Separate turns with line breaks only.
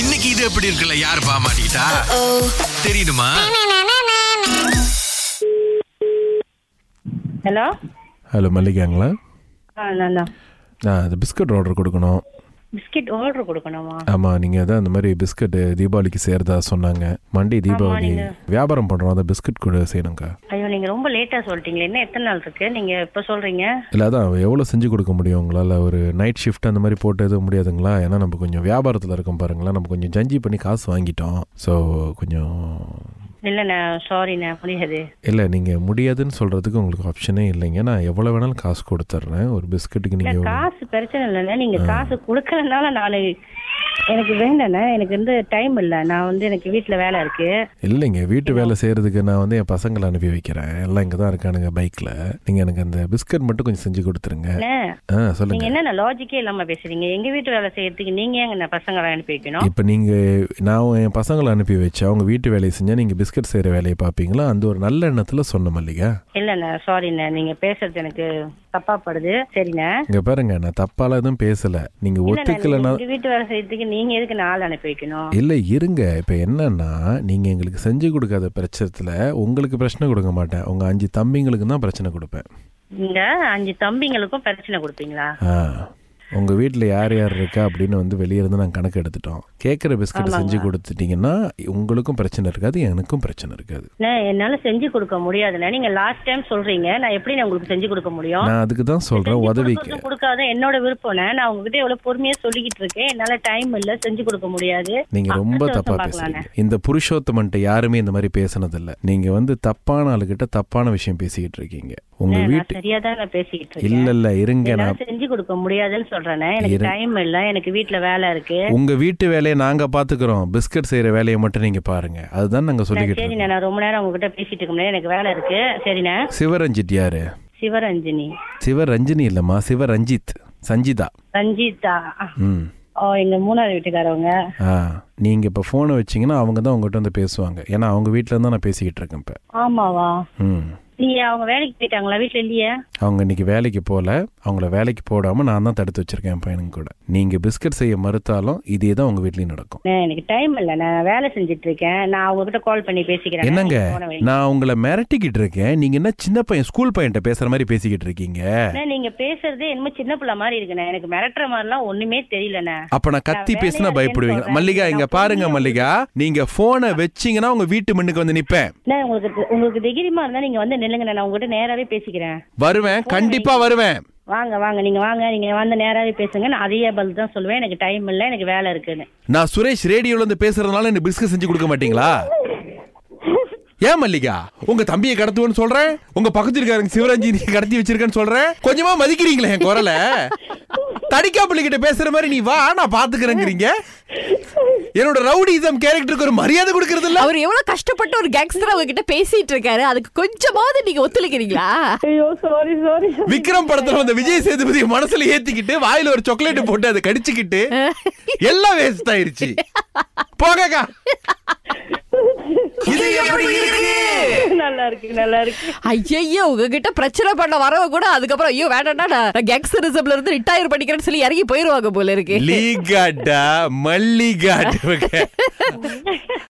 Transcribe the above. இன்னைக்கு இது எப்படி இருக்குல்ல யார் பாமாட்டா தெரியுமா
ஹலோ
ஹலோ மல்லிகாங்களா
ஆ நல்லா
நான் அது பிஸ்கட் ஆர்டர் கொடுக்கணும்
பிஸ்கட் ஆர்டர் கொடுக்கணுமா
ஆமாம் நீங்கள் தான் இந்த மாதிரி பிஸ்கட் தீபாவளிக்கு சேர்தா சொன்னாங்க மண்டே தீபாவளி வியாபாரம் பண்ணுறோம் அந்த பிஸ்கட் கூட செய்யணுங்க்கா
ஐயோ நீங்க ரொம்ப லேட்டா சொல்லிட்டீங்களே என்ன எத்தனை நாள் இருக்கு நீங்க இப்ப சொல்றீங்க
இல்லை அதான் எவ்வளோ செஞ்சு கொடுக்க முடியும் உங்களால் ஒரு நைட் ஷிஃப்ட் அந்த மாதிரி போட்டு எதுவும் முடியாதுங்களா ஏன்னா நம்ம கொஞ்சம் வியாபாரத்தில் இருக்கோம் பாருங்களேன் நம்ம கொஞ்சம் ஜஞ்சி பண்ணி காசு வாங்கிட்டோம் ஸோ கொஞ்சம்
இல்லண்ணே சாரிண்ணே முடியாது
இல்லை நீங்கள் முடியாதுன்னு சொல்கிறதுக்கு உங்களுக்கு ஆப்ஷனே இல்லைங்க நான் எவ்வளோ வேணாலும் காசு கொடுத்துட்றேன் ஒரு பிஸ்கட்டுக்கு
இல்ல
நீங்கள்
காசு பிரச்சனை இல்லைண்ணே நீங்க காசு கொடுக்கறதுனால நான் எனக்கு வேண்டாண்ணே எனக்கு வந்து டைம் இல்லை நான் வந்து எனக்கு வீட்டுல வேலை இருக்கு
இல்லைங்க வீட்டு வேலை செய்கிறதுக்கு நான் வந்து என் பசங்களை அனுப்பி வைக்கிறேன் எல்லாம் இங்கே தான் இருக்கானுங்க பைக்கில் நீங்கள் எனக்கு அந்த பிஸ்கட் மட்டும் கொஞ்சம் செஞ்சு கொடுத்துருங்க
அண்ணே,
ஆ
நீங்க
சொல்லுங்கள்
என்னென்ன லாஜிக்கே இல்லாம பேசுறீங்க எங்க வீட்டு வேலை செய்யறதுக்கு நீங்க எங்க பசங்களை அனுப்பி வைக்கணும்
இப்போ நீங்கள் நான் என் பசங்களை அனுப்பி வச்சு அவங்க வீட்டு வேலையை செஞ்சால் நீங்கள் பிஸ்கட் செய்கிற வேலையை பார்ப்பீங்களா அந்த ஒரு நல்ல எண்ணத்தில் சொன்ன மல்லிகா
இல்லண்ணே சாரிண்ணே நீங்க பேசுறது எனக்கு தப்பா படுது சரிண்ணே
இங்கே பாருங்க நான் தப்பால எதுவும் பேசலை
இல்லண்ணே, நீங்க
நீங்கள் ஒத்துக்கலைன்னா
எங்க வீட்டு வேலை செய்யறதுக்கு நீங்க எதுக்கு நாள் அனுப்பி வைக்கணும்
இல்லை இருங்க இப்போ என்னன்னா நீங்கள் எங்களுக்கு செஞ்சு கொடுக்காத பிரச்சனத்தில் உங்களுக்கு பிரச்சனை கொடுக்க மாட்டேன் உங்கள் அஞ்சு தம்பிங்களுக்கு தான் பிரச்சனை கொடுப்பேன்
இந்த அஞ்சு தம்பிங்களுக்கும் பிரச்சனை கொடுப்பீங்களா
ஆ உங்கள் வீட்டில் யார் யார் இருக்கா அப்படின்னு வந்து வெளியே இருந்து நாங்கள் கணக்கு எடுத்துட்டோம் கேட்குற பிஸ்கட் செஞ்சு கொடுத்துட்டீங்கன்னா உங்களுக்கும் பிரச்சனை இருக்காது எனக்கும் பிரச்சனை இருக்காது
அண்ணே, என்னால செஞ்சு கொடுக்க முடியாதுண்ணே நீங்க லாஸ்ட் டைம் சொல்றீங்க நான் எப்படி நான் உங்களுக்கு செஞ்சு கொடுக்க முடியும்
நான் அதுக்கு தான் சொல்கிறேன் உதவிக்கு
கொடுக்கறதும் கொடுக்காத என்னோட விருப்பம்ண்ணே நான் உங்ககிட்ட எவ்வளவு பொறுமையா சொல்லிக்கிட்டு இருக்கேன் என்னால டைம் இல்ல செஞ்சு கொடுக்க முடியாது
நீங்கள் ரொம்ப
அடுத்த
தப்பாக
வருஷம்
பேசுறீங்க
பார்க்கலாண்ணே.
இந்த புருஷோத்தமன்ட்ட யாருமே இந்த மாதிரி பேசினதில்லை நீங்கள் வந்து தப்பான ஆளுகிட்ட தப்பான விஷயம் பேசிக்கிட்டு இருக்கீங்க உங்கள் வீட்டு
சரியா தான் நான் பேசிக்கிட்டு இருக்கேன்
இல்லை இல்லை இருங்க நான்
என்னால செஞ்சு கொடுக்க முடியாதுன்னு சொல்றேனே எனக்கு டைம் இல்ல எனக்கு வீட்ல வேலை இருக்கு
உங்கள் வீட்டு வேலையை நாங்கள் பார்த்துக்குறோம் பிஸ்கட் செய்கிற வேலையை மட்டும் நீங்கள் பாருங்கள் அதுதான் நாங்கள் சொல்லிக்கிட்டு இருக்கோம்
சரிண்ணே நான் ரொம்ப நேரம் உங்ககிட்ட பேசிட்டு இருக்க முடியாது எனக்கு வேலை இருக்கு சரிண்ணே
சிவரஞ்சித் யாரு
சிவரஞ்சினி
சிவரஞ்சினி இல்லைம்மா சிவரஞ்சித் சஞ்சிதா
ரஞ்சிதா
ம்
ஓ எங்க மூணாவது வீட்டுக்காரவங்க
ஆ நீங்கள் இப்போ ஃபோனை வச்சிங்கன்னா அவங்க தான் உங்கள்கிட்ட வந்து பேசுவாங்க ஏன்னா அவங்க வீட்டில் தான் நான் பேசிக்கிட்டு இருக்கேன் இப்போ
ஆமாவா
ம்
நீங்க அவங்க வேலைக்கு போயிட்டாங்களா வீட்ல இல்லையா
அவங்க இன்னைக்கு வேலைக்கு போகல அவங்கள வேலைக்கு போடாமல் நான் தான் தடுத்து வச்சிருக்கேன் என் பையனுக்கு கூட நீங்கள் பிஸ்கட் செய்ய மறுத்தாலும் இதே தான் உங்கள் வீட்லேயும் நடக்கும்
அண்ணே, எனக்கு டைம் இல்ல நான் வேலை செஞ்சுட்டு இருக்கேன் நான் அவங்க கிட்ட கால் பண்ணி பேசிக்கிறேன்
என்னங்க
நீங்க phone அ வைங்க.
நான் உங்களை மிரட்டிக்கிட்டு இருக்கேன் நீங்கள் என்ன சின்ன பையன் ஸ்கூல் பையன்கிட்ட பேசுகிற மாதிரி பேசிக்கிட்டு இருக்கீங்க
அண்ணே, நீங்க பேசுறதே என்னமோ சின்ன பிள்ளை மாதிரி இருக்குண்ணே எனக்கு மிரட்டுற மாதிரிலாம் ஒண்ணுமே தெரியலண்ணே
அப்ப நான் கத்தி
நான்
பேசினா
வேலையா
பயப்படுவீங்க
இருக்கேன்னு
மல்லிகா
சொல்றேன்.
இங்க
நான்
பாருங்க
பொறுமையா
மல்லிகா நீங்க போனை வச்சீங்கன்னா உங்க வீட்டு முன்னுக்கு வந்து நிப்பேன்
அண்ணே, உங்களுக்கு உங்களுக்கு தைரியமா இருந்தா நீங்க வந்து நில்லுங்க நான் உங்ககிட்ட நேராவே பேசிக்கிறேன்
வருவேன் கண்டிப்பா வருவேன்
வாங்க வாங்க நீங்க வாங்க நீங்க வந்து நேராவே பேசுங்க நான் அதே பதில் தான் சொல்லுவேன் எனக்கு டைம் இல்ல எனக்கு வேலை இருக்குன்னு
நான் சுரேஷ் ரேடியோல இருந்து பேசுறதுனால எனக்கு பிஸ்கட் செஞ்சு கொடுக்க மாட்டீங்களா ஏன் மல்லிகா உங்க தம்பியை கடத்துவேன்னு சொல்றேன் உங்க பக்கத்து இருக்காருங்க சிவரஞ்சி நீ கடத்தி வச்சிருக்கேன்னு சொல்றேன் கொஞ்சமா மதிக்கிறீங்களே என் குரலை தடிக்கா பிள்ளைகிட்ட பேசுற மாதிரி நீ வா நான் பாத்துக்கிறேங்கிறீங்க என்னோட ரவுடிசம் கேரக்டருக்கு ஒரு மரியாதை கொடுக்கறது இல்ல
அவர் எவ்வளவு கஷ்டப்பட்டு ஒரு கேங்ஸ்டர் அவங்க கிட்ட பேசிட்டு இருக்காரு அதுக்கு கொஞ்சமாவது நீங்க ஒத்துழைக்கிறீங்களா
ஐயோ சாரி சாரி
விக்ரம் படத்துல வந்த விஜய் சேதுபதி மனசுல ஏத்திக்கிட்டு வாயில ஒரு சாக்லேட் போட்டு அதை கடிச்சுக்கிட்டு எல்லாம் வேஸ்ட் ஆயிருச்சு போகக்கா இது எப்படி இருக்கு
நல்லா இருக்கு நல்லா இருக்கு
ஐயோ உங்ககிட்ட பிரச்சனை பண்ண வரவ கூட அதுக்கப்புறம் ஐயோ வேண்டாம்டா நான் கேங்ஸ்டரிசம்ல இருந்து ரிட்டையர் பண்ணிக்கிறேன்னு சொல்லி இறங்கி போயிருவாங்க போல இருக்கு
லீகாடா மல்லிகாட்